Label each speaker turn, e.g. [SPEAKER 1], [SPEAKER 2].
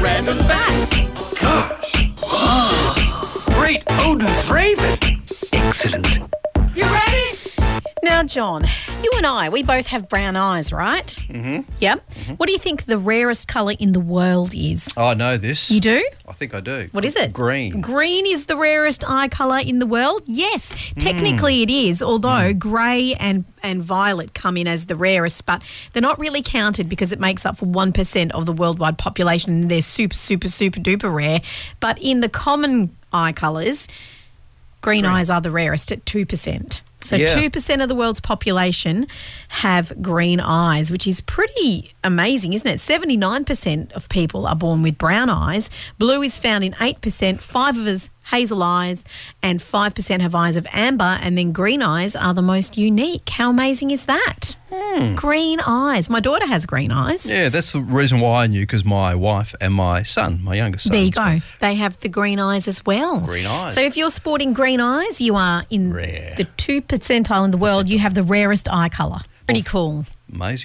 [SPEAKER 1] Random facts.
[SPEAKER 2] Gosh. Great Odin's Raven. Excellent.
[SPEAKER 1] You ready? Now, John, you and I, we both have brown eyes, right? Mm-hmm. Yep. What do you think the rarest colour in the world is?
[SPEAKER 2] Oh, I know this.
[SPEAKER 1] You do?
[SPEAKER 2] I think I do.
[SPEAKER 1] What is it?
[SPEAKER 2] Green.
[SPEAKER 1] Green is the rarest eye colour in the world. Yes,
[SPEAKER 2] Mm.
[SPEAKER 1] technically it is, although grey and, and violet come in as the rarest, but they're not really counted because it makes up for 1% of the worldwide population and they're super, super, super duper rare. But in the common eye colours, green eyes are the rarest at 2%. So
[SPEAKER 2] Yeah.
[SPEAKER 1] 2% of the world's population have green eyes, which is pretty amazing, isn't it? 79% of people are born with brown eyes. Blue is found in 8%, 5 of us hazel eyes, and 5% have eyes of amber, and then green eyes are the most unique. How amazing is that? Green eyes. My daughter has green eyes.
[SPEAKER 2] Hmm. Yeah, that's the reason why I knew because my wife and my son, my youngest son.
[SPEAKER 1] There you go. They have the green eyes as well.
[SPEAKER 2] Green eyes.
[SPEAKER 1] So if you're sporting green eyes, you are in
[SPEAKER 2] Rare.
[SPEAKER 1] the two percentile in the world. You have the rarest eye colour. Pretty cool.
[SPEAKER 2] Amazing.